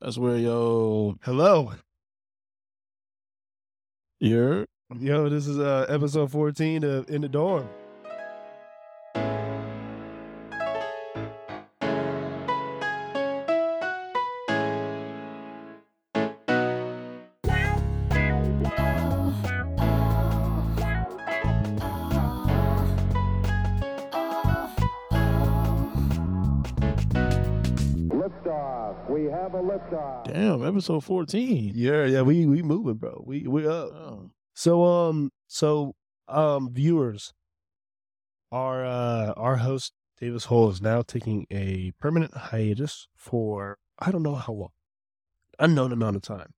That's where yo, Hello. you're Yo, this is uh, episode 14 of In the Dorm. Liftoff. We have a liftoff. damn episode fourteen. Yeah, yeah, we we moving, bro. We we up. Oh, So um, so um, viewers, our uh, our host Davis Hole is now taking a permanent hiatus for I don't know how long, unknown amount of time.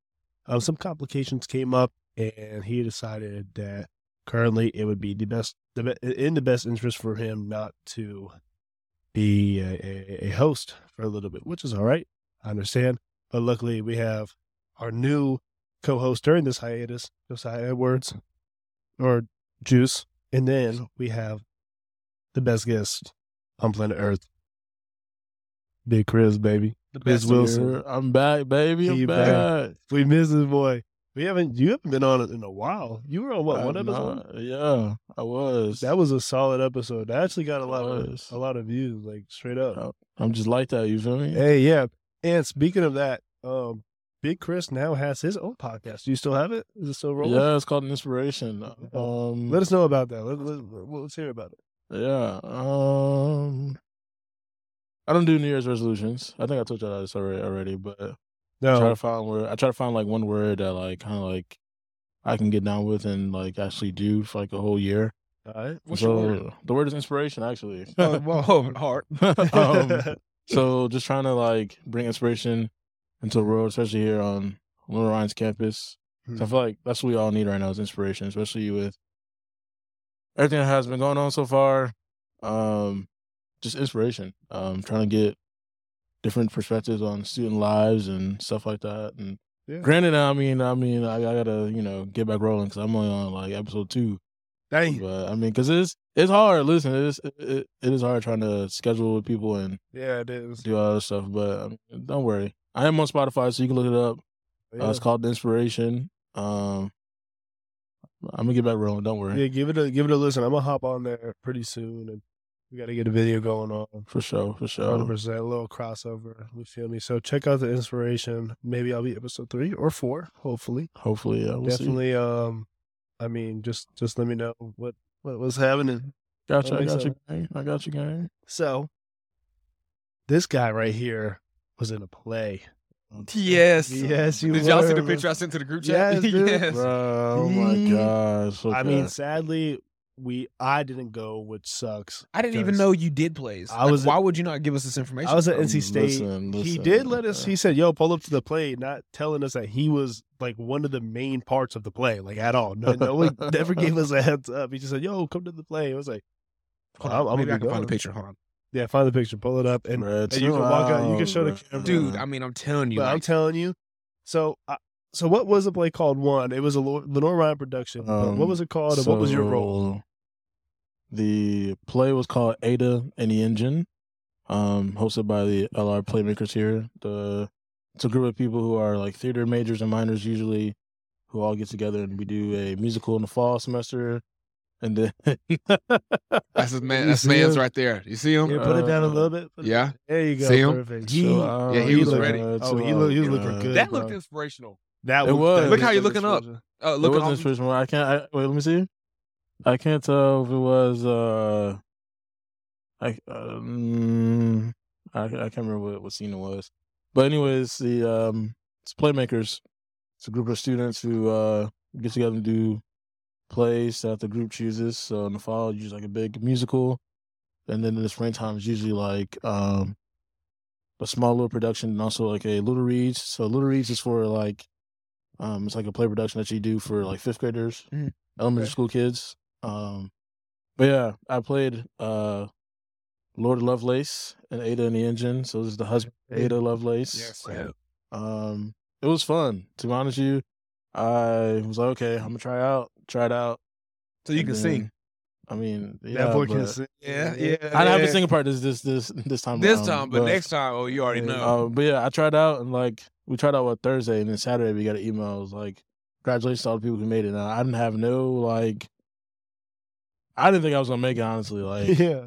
Um, some complications came up, and he decided that currently it would be the best the be- in the best interest for him not to be a, a, a host for a little bit, which is all right. I understand, but luckily we have our new co-host during this hiatus, Josiah Edwards or Juice, and then we have the best guest on planet Earth, Big Chris, baby. the Miss Wilson. year. I'm back, baby. I'm He back. back. We miss this boy. We haven't. You haven't been on it in a while. You were on what I'm one episode? not- Yeah, I was. That was a solid episode. That actually got a lot of Was. a lot of views, like straight up. I'm just like that. You feel me? Hey, yeah. And speaking of that, um, Big Chris now has his own podcast. Do you still have it? Is it still rolling? yeah, it's called an inspiration. Um, Let us know about that. Let, let, let, let's hear about it. Yeah. Um, I don't do New Year's resolutions. I think I told y'all this already, already but I try to find word. I try to find like one word that like kind of like I can get down with and like actually do for like a whole year. All right. so the word is inspiration, actually. Oh. Whoa, heart. um, so just trying to like bring inspiration into the world, especially here on Little Ryan's campus. So I feel like that's what we all need right now is inspiration, especially with everything that has been going on so far. Um, just inspiration. Um, trying to get different perspectives on student lives and stuff like that. And Yeah. granted, I mean, I mean, I, I gotta you know get back rolling because I'm only on like episode two. Dang. But I mean, because it's it's hard. Listen, it is it, it, it is hard trying to schedule with people and Yeah, it is. do all that stuff. But um, don't worry, I am on Spotify, so you can look it up. Uh, Yeah. it's called The Inspiration. Um, I'm gonna get back rolling. Don't worry, yeah, give it a give it a listen. I'm gonna hop on there pretty soon, and we got to get a video going on. for sure, Hundred for sure. percent, a little crossover. You feel me? So check out the inspiration. Maybe I'll be episode three or four, hopefully. Hopefully, yeah, we'll see. Definitely. Um, I mean, just just let me know what what was happening. Gotcha, I I think got so. you, gang. I got you, gang. So, this guy right here was in a play. Yes. Yes, you Did y'all see were, the man. picture I sent to the group chat? Yes, dude. Bro, oh my Yeah. gosh. I okay. mean, sadly, we I didn't go, which sucks. I didn't even Because- know you did plays. I Like, was- why would you not give us this information? I was at Um, NC State. listen, he listen, did let us. okay. He said, "Yo, pull up to the play," not telling us that he was like one of the main parts of the play, like at all. No, no one never gave us a heads up. He just said, "Yo, come to the play." I was like, Hold I'm- on, I'm maybe gonna I be can find the gone. picture. Hold on, "Yeah, find the picture, pull it up, and." Bruh, you chill can walk out, you can show the bruh. camera. dude. I mean, I'm telling you, but I'm like, telling you, so I, so what was the play called? One, it was a Lo- Lenore Ryan production. but what Um, was it called? and what was your role? So, The play was called Ada and the Engine, um, hosted by the LR Playmakers here. The it's a group of people who are like theater majors and minors usually, who all get together and we do a musical in the fall semester, and then that's his man. You That's see man's him? right there. You see him? Yeah, put it down a Uh, little bit. Put it- Yeah. there you go. See him? uh, Perfect. Chill out, Yeah, he was look ready. good, Oh, chill he look- out, he was you looking know. good. that bro. looked inspirational. that It was. was. that Look how was you looking up. inspirational. Uh, It look at wasn't all- his first one. I can't. I, wait, let me see. I can't tell if it was. uh I um, I, I can't remember what, what scene it was, but anyways, the um, it's playmakers. It's a group of students who uh get together and do plays that the group chooses. So in the fall, you use like a big musical, and then in the springtime, it's usually like um a small little production and also like a little reads. So little reads is for like um it's like a play production that you do for like fifth graders, Mhm. elementary Okay. school kids. Um but yeah, I played uh Lord Lovelace and Ada and the Engine. So this is the husband Ada Lovelace. Yes. Um it was fun. To be honest with you, I was like, okay, I'm gonna try out, try it out. So you And can then, sing. I mean, yeah, That boy can but- sing. Yeah, yeah. I don't have yeah. to sing a part this this this this time. um, this around, time, but, next time, oh, you already yeah, know. uh, but yeah, I tried out and like we tried out on Thursday, and then Saturday we got an email. It was like, congratulations to all the people who made it. And I didn't have no like, I didn't think I was gonna make it honestly. Like, yeah.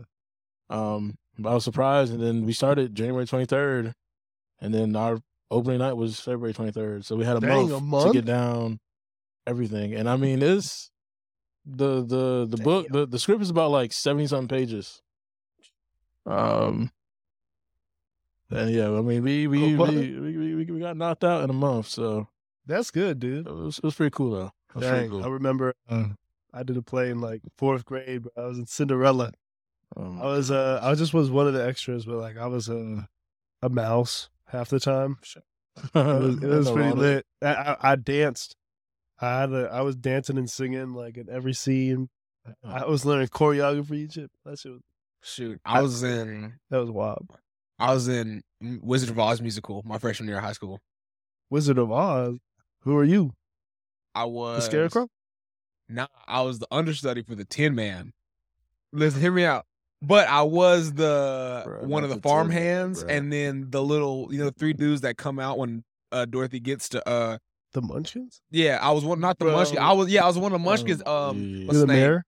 um, but I was surprised. And then we started January 23rd, and then our opening night was February 23rd. So we had a, Dang, month, a to month? get down everything. And I mean, it's the the the book the, the script is about like 70 something pages. Um. And yeah, I mean, we we, Oh, A month? we, we, we we got knocked out in a month, so That's good, dude. it was, it was pretty cool though. It was pretty Dang, I cool. remember uh, I did a play in like fourth grade. Bro. I was in Cinderella. I Um, was uh, I just was one of the extras, but like I was a a mouse half the time. It was, it was pretty lit. I, I, I danced. I had a, I was dancing and singing like in every scene. I was learning choreography. and Shit, that shit was, Shoot, I was in that was wild. I was in Wizard of Oz musical my freshman year of high school. Wizard of Oz. Who are you? I The was Scarecrow? Nah, I was the understudy for the Tin Man. Listen, hear me out. But I was the Bruh, one of not the the Tin farm Man, hands, bruh. and then the little you know three dudes that come out when uh, Dorothy gets to uh The Munchkins? yeah I was one not the Bro. Munchkin I was yeah I was one of the Munchkins um yeah. what's You're the his name? mayor?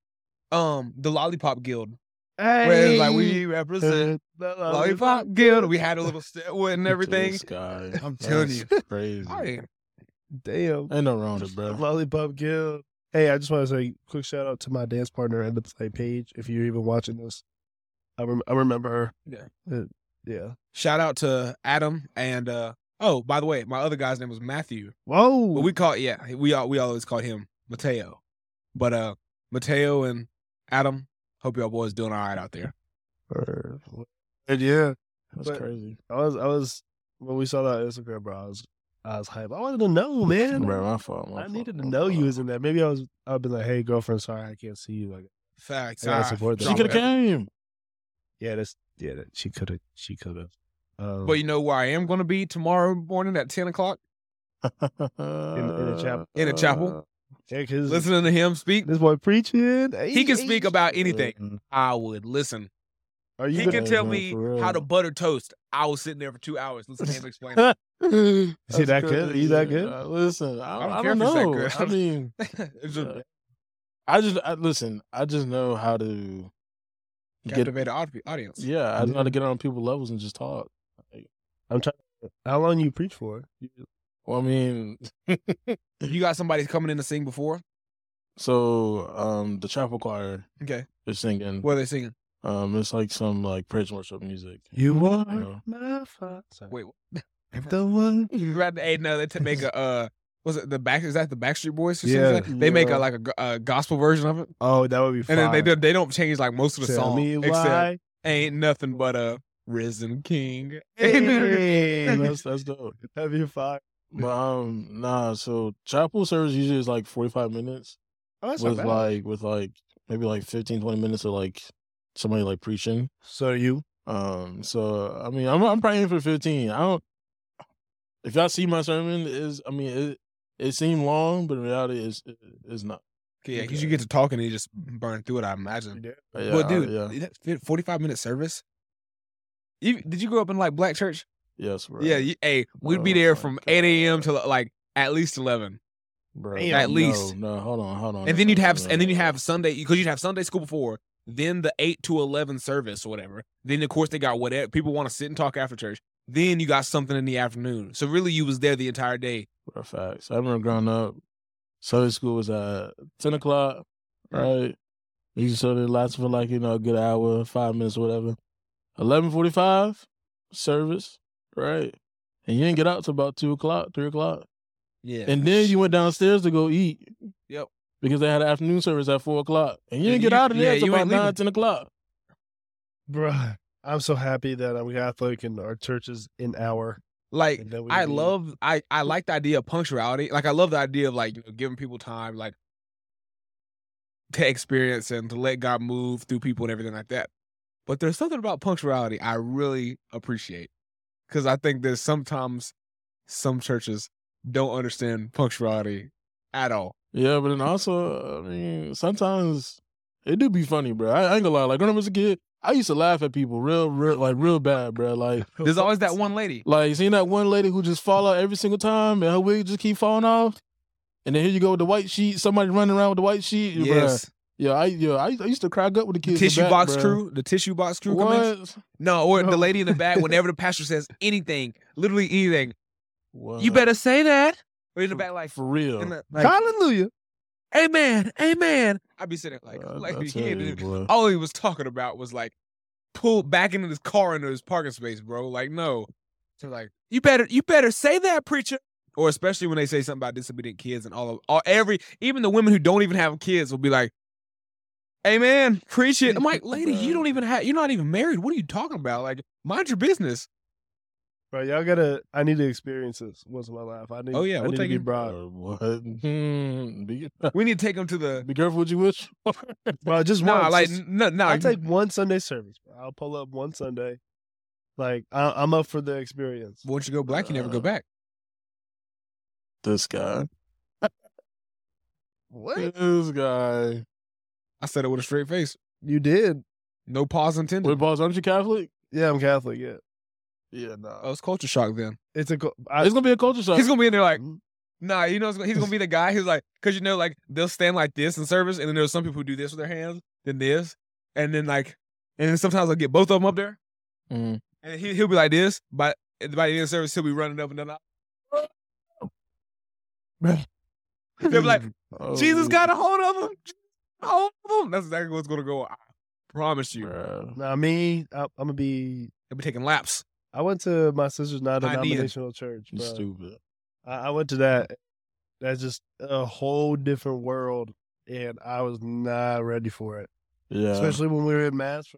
um the Lollipop Guild Hey. where it's like we represent the Lollipop Guild we had a little stairway and everything. This guy. I'm telling That's Crazy. I ain't- Damn. Ain't no wrong with it, bro. Lollipop Guild. Hey, I just want to say quick shout out to my dance partner and the play page. If you're even watching this, I, rem- I remember her. Yeah. Uh, yeah. Shout out to Adam and uh oh by the way my other guy's name was Matthew. Whoa. But we call yeah, we all we always call him Mateo. But uh Mateo and Adam, hope y'all boys doing all right out there. Word. And yeah. That's But- crazy. I was, I was, when we saw that on Instagram, bro, I was, I was hype. I wanted to know, man. Bro, my fault. my I fault, needed my to know you fault. was in there. Maybe I was, I'd be like, hey, girlfriend, sorry, I can't see you. Like, Facts. I gotta Ah, support that. She drama. could have came. yeah, that's, yeah, that, she could have, she could have. Um, But you know where I am gonna be tomorrow morning at ten o'clock? in a chapel. In a chapel. yeah, 'cause Listening to him speak. this boy preaching. eh, He can Hey, speak hey. about anything. Mm. I would listen. mm-hmm. Are you He gonna, can tell man, me for real. how to butter toast. I was sitting there for two hours listening to him explain. it. Is Is he that good? He's that good? Uh, listen, I, I don't I care don't, if he's that know. good. I mean, It's just uh, I just I, listen. I just know how to get. captivate the audi- audience. Yeah, I know how to get on people levels and just talk. I'm trying. How long you preach for? Well, I mean, You got somebody coming in to sing before? so um, the chapel choir Okay. is singing. What are they singing? Um, it's like some like praise and worship music. You are know. my father. Wait, if the one. Right, hey, no, they t- make a uh, was it the back? Is that the Backstreet Boys? Or something? Yeah. like that? they make Yeah. a like a, go- a gospel version of it, Oh, that would be. and then they fire. do, they don't change like most of the Tell song me except why. ain't nothing but a risen king. Hey, That's that's dope. that'd be fire. But um, nah. So chapel service usually is like forty five minutes Oh, that's with not bad. like with like maybe like 15, 20 minutes of like somebody like preaching. so you. Um, so I mean, I'm I'm probably in for fifteen. I don't. If y'all see my sermon, is I mean, it it seemed long, but in reality, it's it- it's not. yeah, because you get to talking and you just burn through it. I imagine. Yeah, well, dude, yeah, forty five minute service. You, did you grow up in like black church? yes, bro. Yeah, you, hey, we'd be Oh there my from God. eight a.m. to like at least eleven, bro. Damn. At least. No, no, hold on, hold on. and then you'd no, have no, and then no. you'd have Sunday because you'd have Sunday school before, then the eight to eleven service or whatever. Then of course they got whatever people want to sit and talk after church. Then you got something in the afternoon. So really, you was there the entire day. For a fact. So I remember growing up, Sunday school was at 10 o'clock, right? Usually so it lasts for like, you know, a good hour, five minutes, whatever. 11.45, service, right? And you didn't get out till about 2 o'clock, 3 o'clock. Yeah, And then you went downstairs to go eat. Yep. Because they had an afternoon service at 4 o'clock. And And you didn't get you- out of there yeah, till you about ain't leaving. 9, 10 o'clock. Bruh. I'm so happy that I'm Catholic and our church is an hour. like And then we I leave. love I I like the idea of punctuality. Like I love the idea of like you know, giving people time, like to experience and to let God move through people and everything like that. But there's something about punctuality I really appreciate because I think there's sometimes some churches don't understand punctuality at all. Yeah, but then also, I mean, sometimes it do be funny, bro. I, I ain't gonna lie. Like when I was a kid, I used to laugh at people real, real, like real bad, bro. Like, There's always that one lady. like you seen that one lady who just fall out every single time, and her wig just keep falling off. And then here you go with the white sheet. Somebody running around with the white sheet. bruh. Yes. Yeah, I yeah, I, I used to crack up with the The kids. in the tissue back, box bruh. crew. The tissue box crew come in. What? No, or No. the lady in the back, whenever the pastor says anything, literally anything, What? you better say that. Or in the back, like, for real. in the, like Hallelujah. amen, amen. I'd be sitting there like, Uh, like I tell yeah, you, dude. boy. all he was talking about was like, pull back into this car into his parking space, bro. Like, no. So like, you better, you better say that, preacher. Or especially when they say something about disobedient kids and all of all every even the women who don't even have kids will be like, Amen, preach it. I'm like, lady, you don't even have you're not even married. What are you talking about? Like, mind your business. Bro, y'all gotta. I need to experience this once in my life. I need. Oh, yeah, I we'll need to take be you- brought. Uh, what? Hmm, be, We need to take them to the be careful what you wish. Bro, just no, once. like just- no, no. I'll take one Sunday service. Bro. I'll pull up one Sunday. Like I, I'm up for the experience. Once you go black, you never Uh, go back. this guy. What This guy. I said it with a straight face, you did? no pause intended. Wait, boss, aren't you Catholic? Yeah, I'm Catholic. Yeah, Yeah, no. oh, it's culture shock. Then it's a. co- I, it's gonna be a culture shock. he's gonna be in there like, Mm-hmm. Mhm. nah, you know, it's gonna- he's gonna be the guy who's like, because you know, like they'll stand like this in service, and then there's some people who do this with their hands, then this, and then like, and then sometimes I'll get both of them up there, Mm. and he he'll be like this, but by the end of service, he'll be running up and down. Bruh. They'll be like, Oh, Jesus got a hold of him, hold of him. That's exactly what's gonna go. on. I promise you, Oh, bruh. nah, me. I, I'm gonna be. they'll be taking laps. I went to my sister's Ideas. non-denominational church. You Bro. stupid. I, I went to that. That's just a whole different world, and I was not ready for it. Yeah. Especially when we were in mass for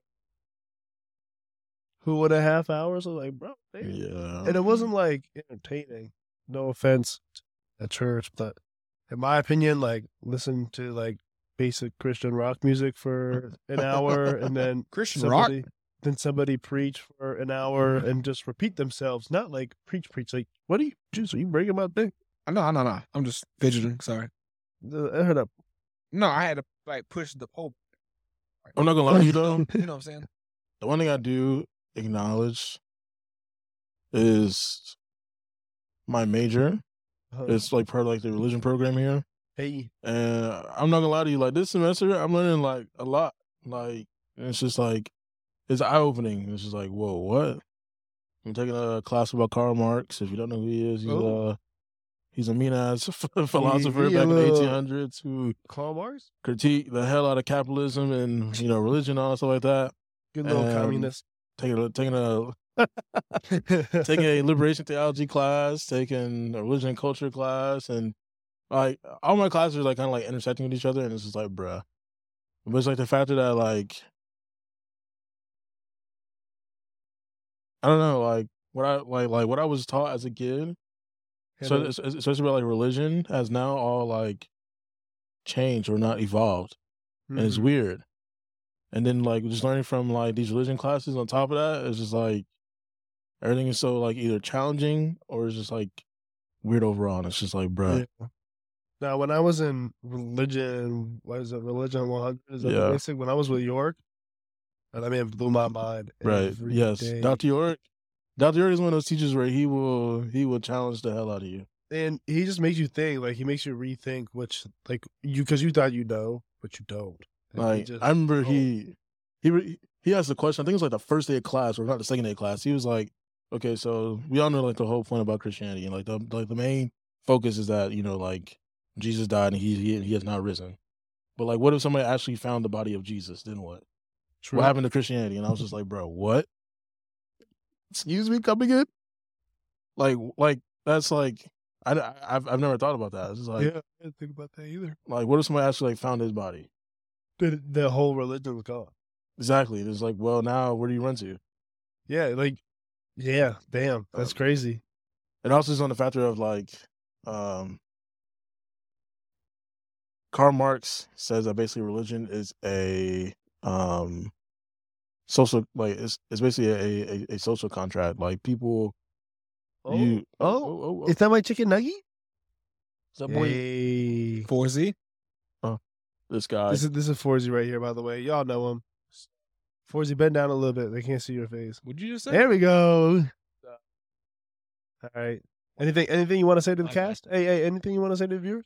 who would a half hours. I was like, bro, damn. yeah. and it wasn't like entertaining. No offense at church, but in my opinion, like listen to like basic Christian rock music for an hour, and then Christian rock. somebody, then somebody preach for an hour and just repeat themselves. Not like preach, preach. Like, what are you, Juice? Are you breaking my thing? I know, no, no. I'm just fidgeting. Sorry. I heard up. No, I had to like push the pole. I'm not gonna lie to you though. You know what I'm saying? the one thing I do acknowledge is my major. It's like part of like the religion program here. hey, And I'm not gonna lie to you, like this semester, I'm learning like a lot. Like and it's just like it's eye opening. It's just like, whoa, what? I'm taking a class about Karl Marx. If you don't know who he is, he's Oh. uh he's a mean ass philosopher he a back in the little- 1800s who Karl Marx, critique the hell out of capitalism and you know religion and all that stuff like that. good little Um, communist. Taking a taking a Take taking a liberation theology class, taking a religion and culture class, and like all my classes are like kind of like intersecting with each other, and it's just like, bruh. But it's like the factor that like I don't know, like what I like like what I was taught as a kid, so Mm-hmm. es- es- especially about like religion, has now all like changed or not evolved Mm-hmm. and it's weird. And then like just learning from like these religion classes on top of that, it's just like everything is so like either challenging or it's just like weird overall. And it's just like, bruh, Now, when I was in religion, what is it? Religion 100 is that Yeah. basic. When I was with York, and I mean, it blew my mind. right? every yes, day. Doctor York. Doctor York is one of those teachers where he will he will challenge the hell out of you. And he just makes you think. Like he makes you rethink, which like you because you thought you know, but you don't. And he Like just- I remember oh. he he re- he asked the question. I think it was like the first day of class or not the second day of class. He was like, okay, so we all know like the whole point about Christianity and like the like the main focus is that you know like Jesus died and he he, he has not risen. But like, what if somebody actually found the body of Jesus? Then what? True. What happened to Christianity? And I was just like, bro, what? Excuse me, come again? Like, like that's like I have I've never thought about that. It's just like yeah, I didn't think about that either. like what if somebody actually like found his body? The, the whole religion was gone. Exactly. It's like, well, now where do you run to? Yeah, like yeah, damn, that's Um, crazy. It also is on the factor of like, um, Karl Marx says that basically religion is a um, social like it's it's basically a, a, a social contract. Like people, Oh, you oh, oh, oh. is that my chicken nugget? Is that boy Hey. Four Z. this guy Uh, This is this is Forzy right here, by the way. Y'all know him. Forzy, bend down a little bit. They can't see your face. Would you just say? There we go. All right. Anything? Anything you want to say to the Okay. cast? Hey, hey. Anything you want to say to the viewers?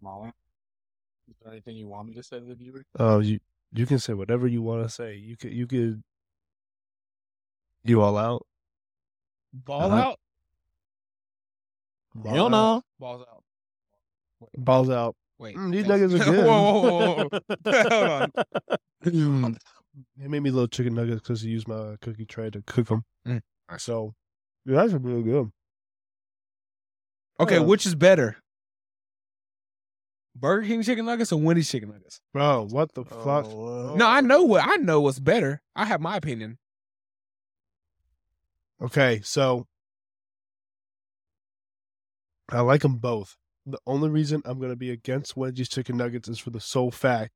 Molly, is there anything you want me to say to the viewer? Oh, you you can say whatever you want to say. You could you could. You all out. Ball Uh-huh. out. Ball Hell out. no. Balls out. Balls out. Wait. Mm, these thanks. niggas are good. whoa, whoa, whoa, whoa. Hold Oh, Mm. They made me little chicken nuggets because he used my cookie tray to cook them. Mm. So, yeah, that's really good. Okay, Hold on. which is better? Burger King chicken nuggets or Wendy's chicken nuggets? Bro, what the fuck? Oh, No, I know what I know what's better. I have my opinion. Okay, so I like them both. The only reason I'm going to be against Wendy's chicken nuggets is for the sole fact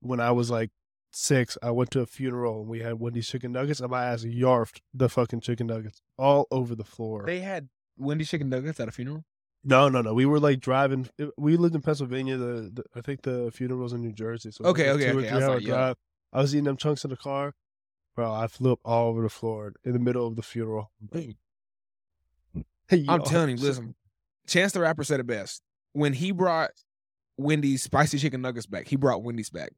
when I was like six, I went to a funeral and we had Wendy's chicken nuggets, and my ass yarfed the fucking chicken nuggets all over the floor. They had Wendy's chicken nuggets at a funeral. No, no, no. We were like driving. eh, We lived in Pennsylvania. The, the I think the funeral was in New Jersey. So it was, Okay, like, okay, okay. I was like, yeah. I was eating them chunks in the car, bro. I flew up all over the floor in the middle of the funeral. I'm telling you, listen. Chance the Rapper said it best. When he brought Wendy's spicy chicken nuggets back, he brought Wendy's back.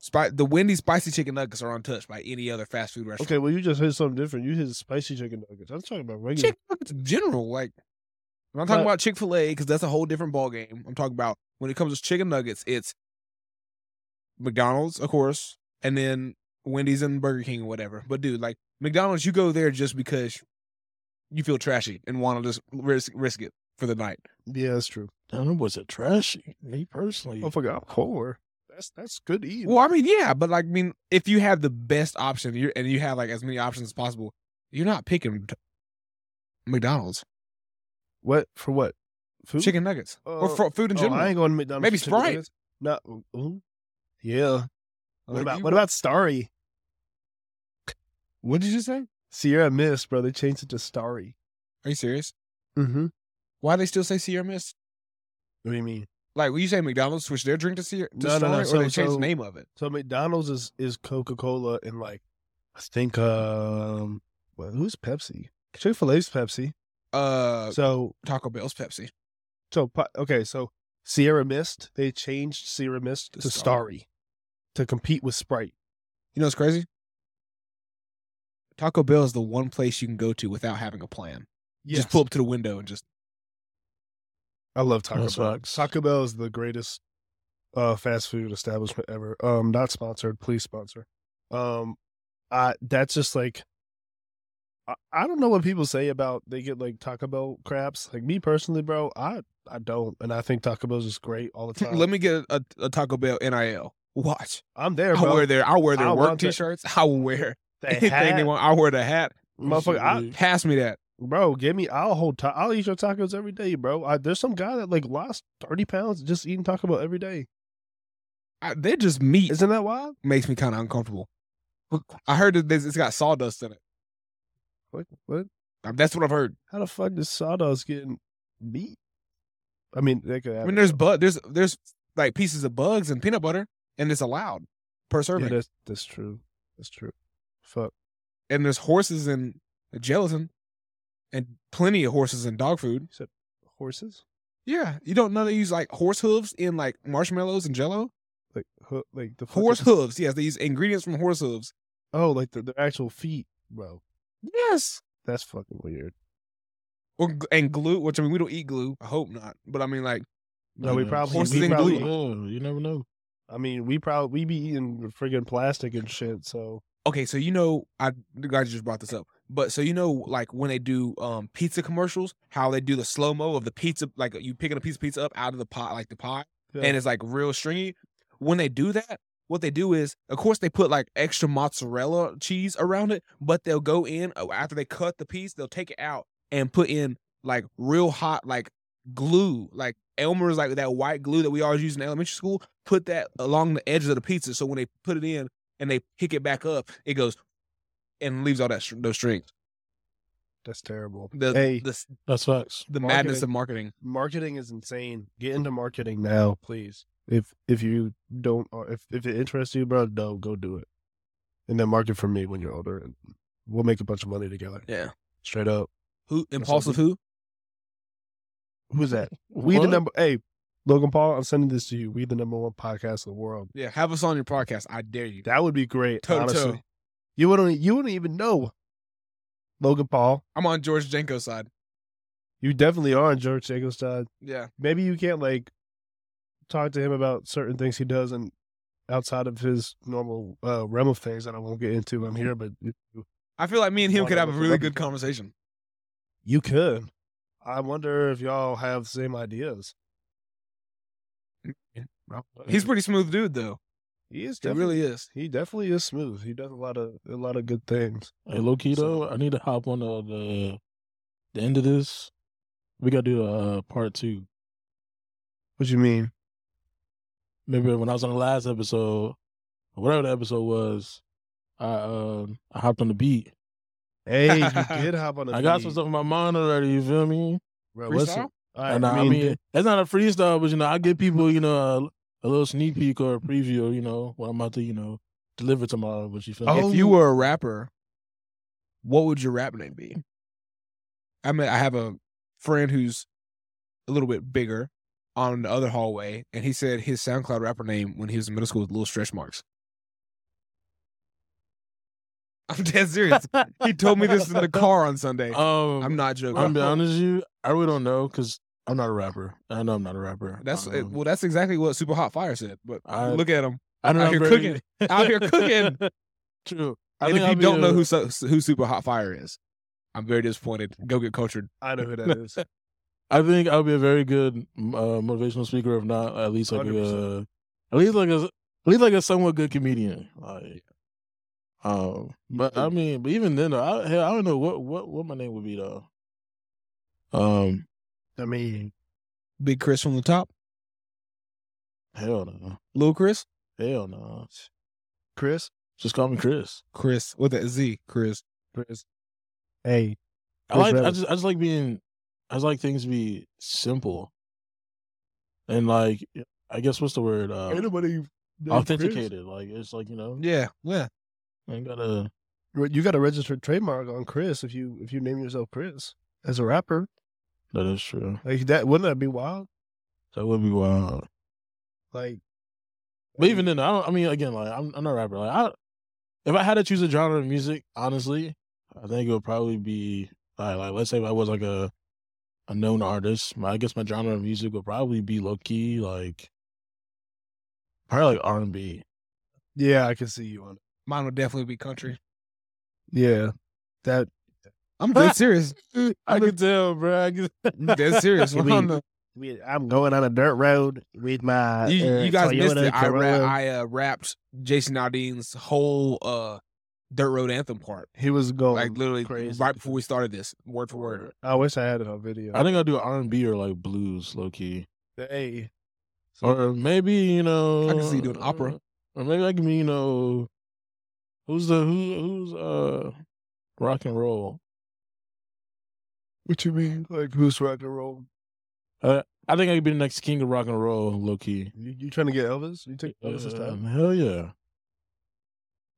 Spi- the Wendy's spicy chicken nuggets are untouched by any other fast food restaurant. Okay, well, you just hit something different. You hit spicy chicken nuggets. I'm talking about regular. Chicken nuggets in general, like I'm not talking But- about Chick Fil A because that's a whole different ball game. I'm talking about when it comes to chicken nuggets, it's McDonald's, of course, and then Wendy's and Burger King or whatever. But dude, like McDonald's, you go there just because you feel trashy and want to just risk risk it for the night. Yeah, that's true. Damn, it was a trashy. Me personally, Oh, fuck, I'm poor. That's that's good eating. Well, I mean, yeah, but like, I mean, if you have the best option you're, and you have like as many options as possible, you're not picking t- McDonald's What for? What? Food? chicken nuggets or Uh, for food in Oh, general. I ain't going to McDonald's. Maybe for chicken Sprite. nuggets. No. ooh. Yeah. What Like, about you- what about Starry? what did you say? Sierra Miss, bro. They changed it to Starry. Are you serious? Mm-hmm. Why they still say Sierra Mist? What do you mean? Like when you say McDonald's switch their drink to Sierra, to No, no, Star, no, or so- they changed so- the name of it. So McDonald's is is Coca Cola and like I think um well, who's Pepsi? Chick Fil A's Pepsi. Uh, So Taco Bell's Pepsi. so po- okay. So Sierra Mist. They changed Sierra Mist to, To Starry. Starry. to compete with Sprite. You know what's crazy? Taco Bell is the one place you can go to without having a plan. You Yes. Just pull up to the window and just I love Taco That's Bell. facts. Taco Bell is the greatest uh, fast food establishment ever. Um, not sponsored. Please sponsor. Um, I that's just like I, I don't know what people say about they get like Taco Bell craps. Like me personally, bro, I I don't, and I think Taco Bell's just great all the time. let me get a, a Taco Bell nil. Watch, I'm there, I'll bro. wear their I'll wear their I work want that- t-shirts. I will wear They anything they have- want. I'll wear the hat. motherfucker, I- Shit. Pass me that. bro. Give me. I'll hold. Ta- I'll eat your tacos every day, bro. I, there's some guy that like lost thirty pounds just eating Taco Bell every day. I, they're just meat. Isn't that wild? makes me kind of uncomfortable. I heard that this, it's got sawdust in it. What? What? Um, That's what I've heard. How the fuck does sawdust getting meat? I mean, that could I happen. mean, there's bug, there's there's like pieces of bugs and peanut butter, and it's allowed per Yeah, serving. that's, that's true. That's true. Fuck. and there's horses and gelatin, and plenty of horses and dog food. Horses? Yeah, you don't know they use like horse hooves in like marshmallows and Jello. Like, ho- like the fucking- Horse hooves, yes, they use ingredients from horse hooves. Oh, like the, the actual feet, bro. Yes, That's fucking weird. or gl- and glue, which I mean we don't eat glue. I hope not, but I mean like No, we Yeah. probably. Horses we and probably- glue. Yeah, you never know. I mean, we probably we be eating friggin' plastic and shit. So okay, so you know, I the guy just brought this up, but so you know, like when they do um pizza commercials, how they do the slow mo of the pizza, like you picking a piece of pizza up out of the pot, like the pie, yeah. and it's like real stringy. When they do that, what they do is, of course, they put like extra mozzarella cheese around it, but they'll go in oh, after they cut the piece, they'll take it out and put in like real hot, like glue, like Elmer's, like that white glue that we always use in elementary school. Put that along the edges of the pizza, so when they put it in and they pick it back up, it goes and leaves all that str- those strings. that's terrible. The hey, the, s- That's facts. the marketing. madness of marketing. marketing is insane. Get into marketing now, please. If if you don't, or if if it interests you, bro, no, go do it, and then market for me when you're older, and we'll make a bunch of money together. Yeah. Straight up. Who impulsive? Who? Who's that? We the What? number. Hey, Logan Paul, I'm sending this to you. We the number one podcast in the world. Yeah. Have us on your podcast. I dare you. That would be great. Toe to honestly, toe. you wouldn't. You wouldn't even know. Logan Paul, I'm on George Jenko's side. you definitely are on George Jacobs' side. Yeah. Maybe you can't like talk to him about certain things he does and outside of his normal uh, realm of things that I won't get into. I'm here, but you- I feel like me and him Well, could that have a was a really rugby good player. conversation. you could. I wonder if y'all have the same ideas. He's a pretty smooth dude though. he is He definitely really is. he definitely is smooth. He does a lot of a lot of good things. Hey, low key So- though, I need to hop on the the, the end of this. We gotta do uh, part two. What you mean? Remember when I was on the last episode, or whatever the episode was, I um I hopped on the beat. Hey, you did hop on the I got feed. some stuff in my mind already. You feel me? Bro, Freestyle? All right, and I, I mean, that's not a freestyle, but you know, I give people you know a, a little sneak peek or a preview. You know what I'm about to you know deliver tomorrow. But you feel me? Oh, if you were a rapper, what would your rap name be? I mean, I have a friend who's a little bit bigger on the other hallway, and he said his SoundCloud rapper name when he was in middle school was Little Stretch Marks. I'm dead serious. he told me this in the car on Sunday. Um, I'm not joking. I'm gonna be honest with you. I really don't know because I'm not a rapper. I know I'm not a rapper. That's um, it, well, that's exactly what Super Hot Fire said. But I- look at him. I don't out know. here I'm very- Out here cooking. True. And if think you I'll be don't a- know who Su- who Super Hot Fire is, I'm very disappointed. Go get cultured. I know who that is. I think I'll be a very good uh, motivational speaker, if not at least 100%. like a, at least like a, at least like a somewhat good comedian. Like, um, but I mean, but even then, though, I, hell, I don't know what what what my name would be though. Um, I mean, Big Chris from the top. hell no, Little Chris? hell no. Chris, Just call me Chris. Chris with a Z, Chris. Chris, Uh, hey, I Chris like I Rabbit. just I just like being I just like things to be simple. And like I guess what's the word? Uh, anybody authenticated. Like it's like, you know, Yeah, yeah. I ain't gotta You got a registered trademark on Chris if you if you name yourself Chris as a rapper. that is true. Like that, wouldn't that be wild? That would be wild. Like, But even then, I don't. I mean, again, like I'm, I'm not a rapper. Like, I, if I had to choose a genre of music, honestly, I think it would probably be like, like let's say if I was like a a known artist. My, I guess my genre of music would probably be low key, like probably like R and B. yeah, I can see you on it. Mine would definitely be country. Yeah, that I'm dead serious. I could tell, bro. I could, I'm dead serious. I We're mean, on the- we, I'm going on a dirt road with my. you, uh, you guys missed Toyota it. I, ra- Corolla. I uh, rapped Jason Aldean's whole uh, Dirt Road Anthem part. he was going. like literally Oh, crazy. right before we started this, word for word. I wish I had it on video. I think I'll do R and B or like blues, low key, hey, or maybe you know, uh, I can see you doing opera. or maybe I can be you know, who's the who who's uh rock and roll. what you mean? Like who's rock and roll? I think I could be the next king of rock and roll, low key. You, you trying to get Elvis? You take Elvis's time. Um, hell yeah.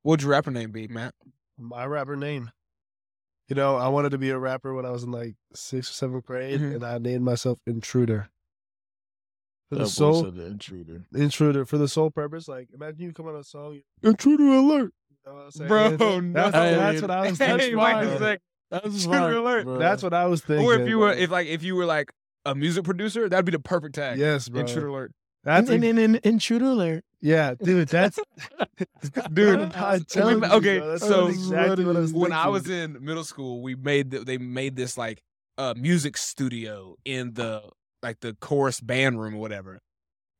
What would your rapper name be, Matt? my rapper name. You know, I wanted to be a rapper when I was in like sixth or seventh grade, Mhm. and I named myself Intruder. For That the boy sole said the intruder. Intruder for the sole purpose, like imagine you come on a song, you Intruder alert. know what I'm saying? Bro, That's- no. that's, Hey, that's what I was. That's, hey, wait fire. a sec. That's Intruder fine, alert. bruh. that's what I was thinking. Or if you were, if like, if you were like a music producer, that'd be the perfect tag. yes, bro. Intruder alert. That's In- in- in- intruder alert. yeah, dude. That's Dude, I'm telling you, okay, bro, that's so exactly what I was when I thinking. was in middle school, we made the, they made this like uh, music studio in the like the chorus band room or whatever,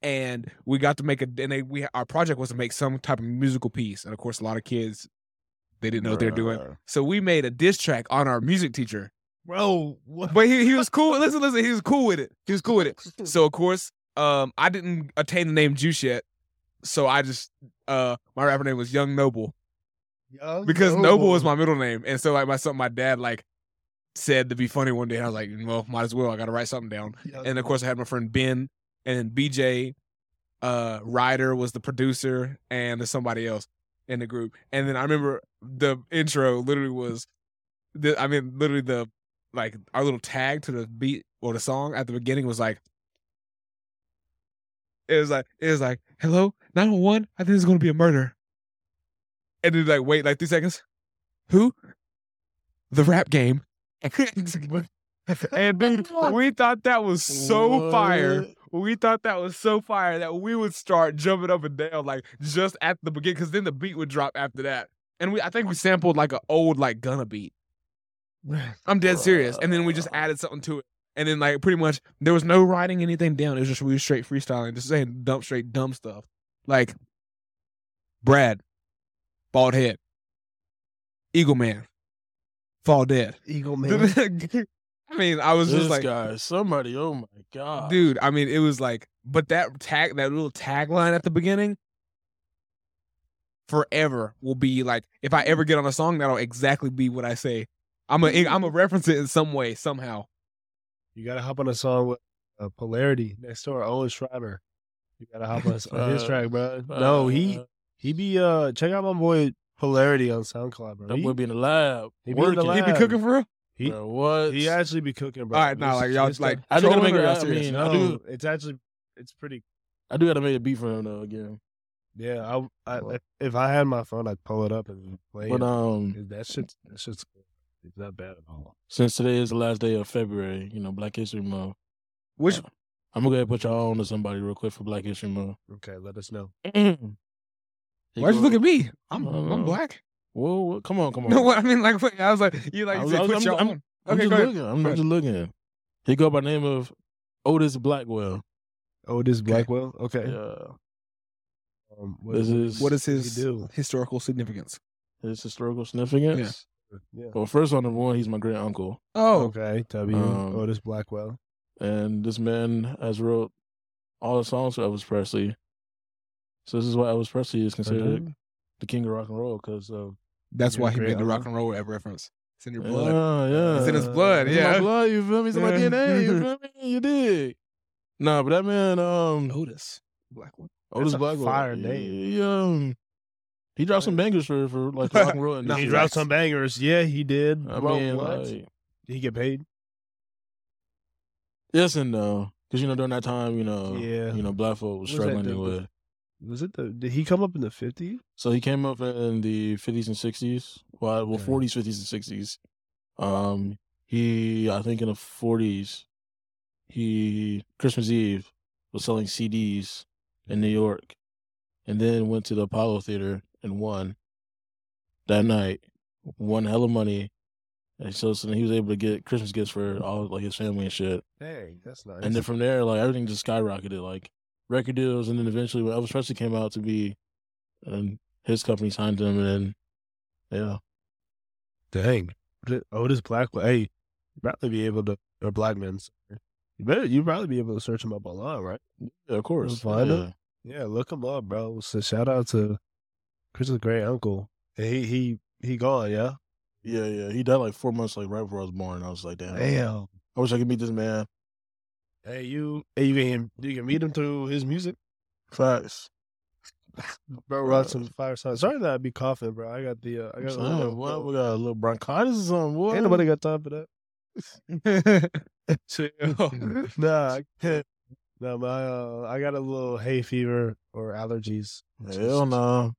and we got to make a and they, we our project was to make some type of musical piece, and of course a lot of kids they didn't know what they were doing, Bruh. so we made a diss track on our music teacher, bro. What? but he he was cool. Listen, listen, he was cool with it. He was cool with it. So of course, um, I didn't attain the name Juice yet, so I just uh my rapper name was Young Noble Young because Noble. was my middle name, and so like my something my dad like said to be funny one day. I was like, well, might as well. I got to write something down. Young And of course, I had my friend Ben and BJ, uh Ryder was the producer and there's somebody else in the group. And then I remember the intro literally was the I mean literally the like our little tag to the beat or the song at the beginning was like it was like it was like hello 911 I think there's gonna be a murder. And then like wait like three seconds. Who? The rap game. and then we thought that was so fire. What? We thought that was so fire that we would start jumping up and down like just at the beginning, because then the beat would drop after that. And we, I think we sampled like an old like Gunna beat. I'm dead serious. And then we just added something to it. And then like pretty much there was no writing anything down. It was just we were straight freestyling, just saying dumb straight dumb stuff. Like Brad, bald head, Eagle Man, fall dead. Eagle I mean, I was This just like, guy, somebody. Oh my god, dude i mean it was like but that tag that little tagline at the beginning forever will be like if i ever get on a song that'll exactly be what i say i'm a i'm gonna reference it in some way somehow You gotta hop on a song with uh, Polarity next door, Owen Schreiber. You gotta hop on, s- on his Uh, track, bro. no, he uh, he be uh check out my boy Polarity on SoundCloud, bro. That He, would be in the lab. he be in the working. he be lab. cooking for real He- Bro, what? he actually be cooking, bro. all right now This- like y'all this like guy- I just gotta trolling make or it- y'all I serious? mean, no, I do- it's actually it's pretty. I do gotta make a beat for him though again. Yeah, I, I if, if I had my phone, I'd pull it up and play But it. um, that shit's that shit's it's not bad at all. since today is the last day of February, you know Black History Month, which I'm gonna go ahead and put y'all on to somebody real quick for Black History Month. Okay, let us know. why'd you look at me i'm No, no. i'm black Whoa, whoa, come on, come on. no what i mean like wait, i was like you like you I was- said, I was- put I'm- y'all I'm- on. I'm okay just go ahead. looking. I'm Go ahead. just looking. He go by the name of Otis Blackwell. Otis Blackwell. Okay. Yeah, Um, this is what is he his do? historical significance his historical significance. Yeah. Yeah. Well, first on number one, he's my great uncle, oh Okay. W. Um, Otis Blackwell. and this man has wrote all the songs for Elvis Presley. So this is why Elvis Presley is considered Mm-hmm. the king of rock and roll because of that's why he You're made the great, rock huh? and roll reference it's in your yeah, blood yeah. Uh, It's in his blood, It's in yeah. my blood. You feel me? It's in my Yeah. DNA. You feel me? You dig? Nah, but that man, um, Otis, black one. Otis a Blackwell, fire he- name. He, um, he dropped some bangers for for like the rock and roll. Nah, he industry. dropped some bangers. Yeah, he did. I Bro, mean, what? like, he get paid. yes and no, because you know during that time, you know, Yeah. you know, black What folk was was that struggling dude with? anyway. Was it the? Did he come up in the fifties? So he came up in the 50s and 60s. Well, well Okay. 40s, 50s, and 60s. Um, he, I think in the 40s, he, Christmas Eve, was selling CDs in New York and then went to the Apollo Theater and won that night. Won hella money. And so, so he was able to get Christmas gifts for all like his family and shit. Dang, that's nice. And then from there, like everything just skyrocketed, like record deals, and then eventually when Elvis Presley came out to be, and his company signed him, and yeah, Dang, Ot- Otis Blackwell. Hey, you probably be able to or Blackman. sorry. You better. You probably be able to search him up online, right? yeah of course, Find yeah. him. Yeah, look him up, bro. So shout out to Chris's great uncle. He he he gone. Yeah. yeah, yeah. He died like four months like right before I was born. I was like, damn, Damn. I wish I could meet this man. Hey, you. Hey, you can you can meet him through his music. Facts. Bro, rock some fire songs. Sorry that I'd be coughing, bro. I got the. Uh, I got. a little bit Damn, of what? cold. We got a little bronchitis or something. What? Ain't nobody got time for that. Chill. nah, I can't. Nah, my uh, I got a little hay fever or allergies. Hell no.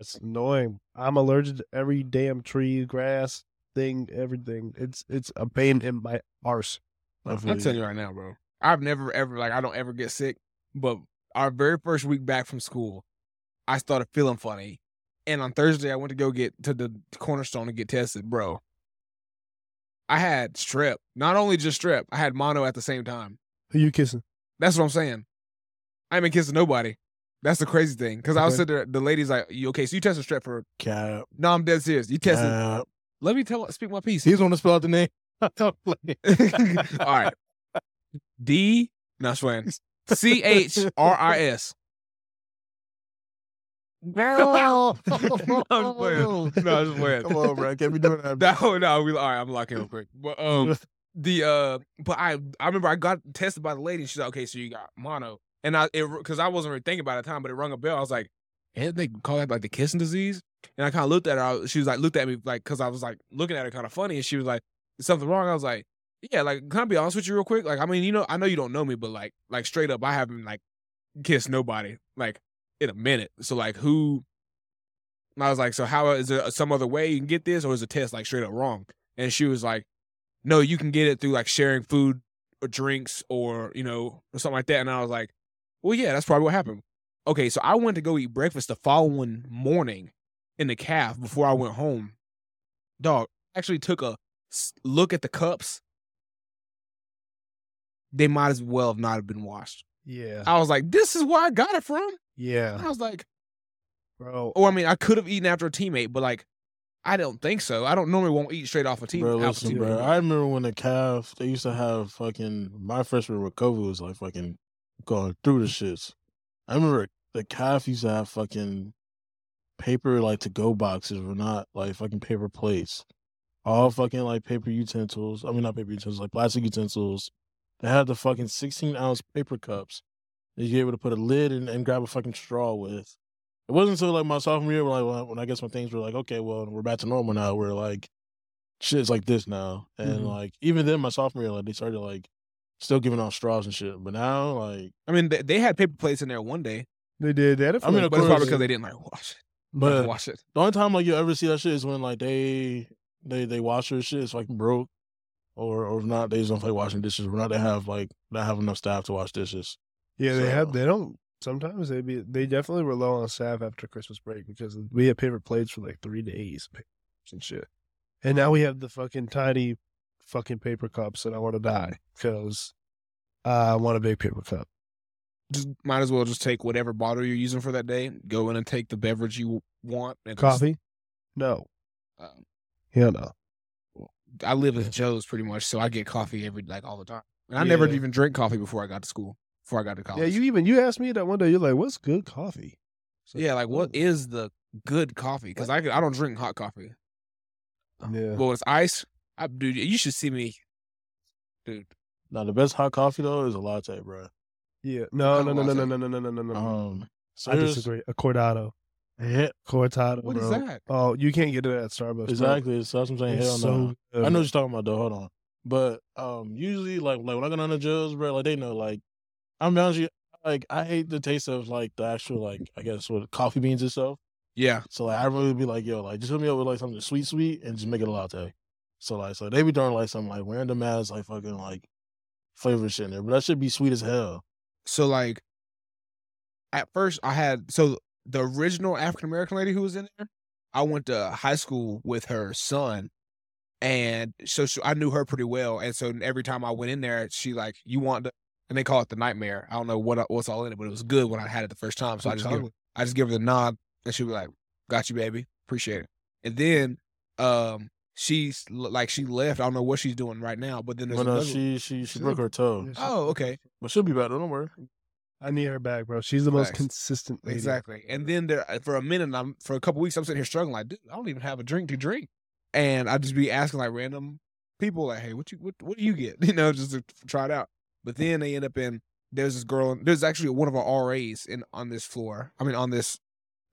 It's annoying. I'm allergic to every damn tree, grass, thing, everything. It's it's a pain in my arse. I'm telling you right now, bro. I've never ever like I don't ever get sick, but our very first week back from school, I started feeling funny, and on Thursday I went to go get to the cornerstone to get tested, bro. I had strep. Not only just strep, I had mono at the same time. Who you kissing? That's what I'm saying. I ain't been kissing nobody. That's the crazy thing. Cause I was Okay. sitting there, the lady's like, you okay, so you tested strep for Cap. no, I'm dead serious. You tested Cap. let me tell speak my piece. He was going to spell out the name. All right. D, not Schwan. C H R I S. I'm playing. No, I'm just playing. Come on, bro. Can't be doing that. No, no, we all right. I'm locking real quick. But um, the uh, but I I remember I got tested by the lady. and She's like, okay, so you got mono. And I, it, because I wasn't really thinking about it at the time, but it rung a bell. I was like, and they call that like the kissing disease. And I kind of looked at her. I, was- she was like, looked at me like, because I was like looking at her kind of funny. And she was like, is something wrong? I was like, yeah, like, can I be honest with you real quick? Like, I mean, you know, I know you don't know me, but like, like straight up, I haven't like kissed nobody like in a minute. So like, who? And I was like, so how is there some other way you can get this, or is the test like straight up wrong? And she was like, no, you can get it through like sharing food or drinks or you know or something like that. And I was like, well, yeah, that's probably what happened. Okay, so I went to go eat breakfast the following morning in the calf before I went home. Dog actually took a s- look at the cups. They might as well have not have been washed. Yeah. I was like, this is where I got it from. Yeah. I was like, Bro. or I mean, I could have eaten after a teammate, but like, I don't think so. I don't normally won't eat straight off a team. Bro, off a listen, teammate. bro. I remember when the Cavs they used to have fucking my freshman with COVID was like fucking going through the shits. I remember the Cavs used to have fucking paper like to go boxes were not like fucking paper plates. All fucking like paper utensils. I mean not paper utensils, like plastic utensils. They had the fucking sixteen ounce paper cups that you able to put a lid in and grab a fucking straw with. It wasn't until like my sophomore year when like when I guess when things were like, okay, well we're back to normal now, we're like shit's like this now. And Mhm. like even then, my sophomore year, like they started like still giving out straws and shit. But now, like, I mean, they, they had paper plates in there one day, They did that. I but mean, of it's probably course. because they didn't like wash it. but wash it. the only time like you ever see that shit is when like they they they wash their shit. It's like broke, or or if not, they just don't play washing dishes. Or not they have like not have enough staff to wash dishes. yeah, they so- have. They don't. Sometimes they be. They definitely were low on staff after Christmas break because we had paper plates for like three days and shit. And now we have the fucking tiny, fucking paper cups, and I want to die because I want a big paper cup. Just might as well just take whatever bottle you're using for that day, go in and take the beverage you want. And just- Coffee? No. um, Hell no. I live at Joe's pretty much, so I get coffee every like all the time. And I never Yeah. even drink coffee before I got to school, before I got to college. Yeah, you even you asked me that one day. You're like, "What's good coffee?" It's yeah, like what "Oh." is the good coffee? Because I could- I don't drink hot coffee. Um, Yeah. But when it's ice, I dude, you should see me, dude. Now the best hot coffee though is a latte, bro. Yeah. No, I no, don't no, no, want no, to. no, no, no, no, no. Uh-huh. Um, so I disagree. A cortado. Yeah, Cortado. What is bro. that? Oh, you can't get it at Starbucks. exactly. So that's what I'm Bro. saying. It's Hell so no. good. I know what you're talking about though. Hold on, but um, usually like like when I go down to Joe's, bro, like they know. Like I'm be honest, with you, like I hate the taste of like the actual like I guess what coffee beans itself. Yeah, So like I really be like, yo, like just hook me up with like something sweet, sweet, and just make it a latte. So like so they be throwing like some like random ass like fucking like flavor shit in there, but that should be sweet as hell. So like at first I had so the original African American lady who was in there, I went to high school with her son. And so she, I knew her pretty well. And so every time I went in there, she like, you want the and they call it the nightmare. I don't know what what's all in it, but it was good when I had it the first time. So I just give, Chocolate. I just give her the nod and she'll be like, Got you, baby. Appreciate it. And then um she's like she left. I don't know what she's doing right now, but then there's But uh, another- she she she She's broke a- her toe, Yeah, she- Oh, okay. but she'll be better. Don't worry. I need her back, bro. She's the most Facts. consistent. Lady. Exactly. And then there uh, for a minute, I'm for a couple weeks, I'm sitting here struggling. Like, dude, I don't even have a drink to drink, and I just be asking like random people, like, hey, what you what what do you get? You know, just to try it out. But then they end up in there's this girl. There's actually one of our RAs in on this floor. I mean, on this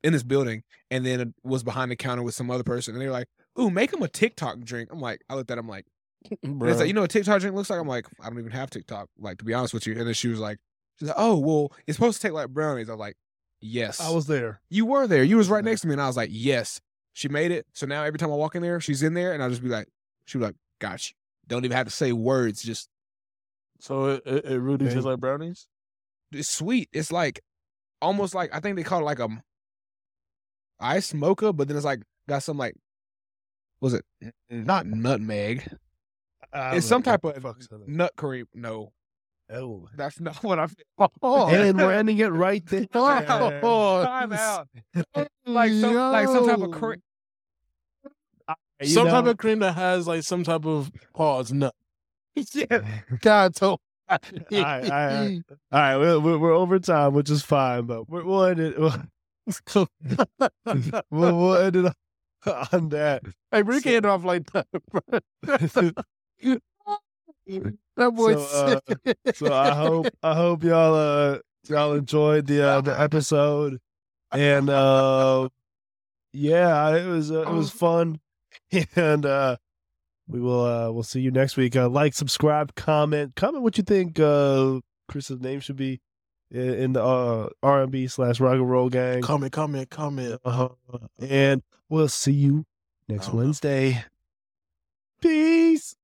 in this building, and then it was behind the counter with some other person, and they're like, ooh, make him a TikTok drink. I'm like, I looked at him like. And it's Bro. like, you know what TikTok drink looks like? I'm like, I don't even have TikTok, like, to be honest with you. And then she was like, she's like, oh, well, it's supposed to take like brownies. I'm like, yes. I was there. you were there. You was right next to me. And I was like, yes. She made it. So now every time I walk in there, she's in there. And I'll just be like, she'll be like, got you. Don't even have to say words. Just, so it, it, it really Dang. tastes like brownies. it's sweet. It's like, almost like, I think they call it like a m- ice mocha, but then it's like, got some like, was it n- not nutmeg? I It's don't some know. type of Fuck some of it. nut cream. No, Oh. that's not what I feel. Oh, And we're ending it right there. Oh, Time out. Oh, Like some, like some type of cre- You Some know- type of cream that has like some type of pause nut. God, so. all right, all right, all right. We're, we're, we're over time, which is fine, but we're, we'll end it. We'll, we'll, we'll end it on that. Hey, bro, you can't end off like that, bro. That boy's So, uh, sick. So I hope I hope y'all uh y'all enjoyed the uh, the episode, and uh, yeah, it was uh, it was fun, and uh, we will uh, we'll see you next week. Uh, like, subscribe, comment, comment what you think uh, Chris's name should be in, in the uh, R and B slash rock and roll gang, Comment, comment, comment. uh-huh. and we'll see you next Oh, no. Wednesday. Peace.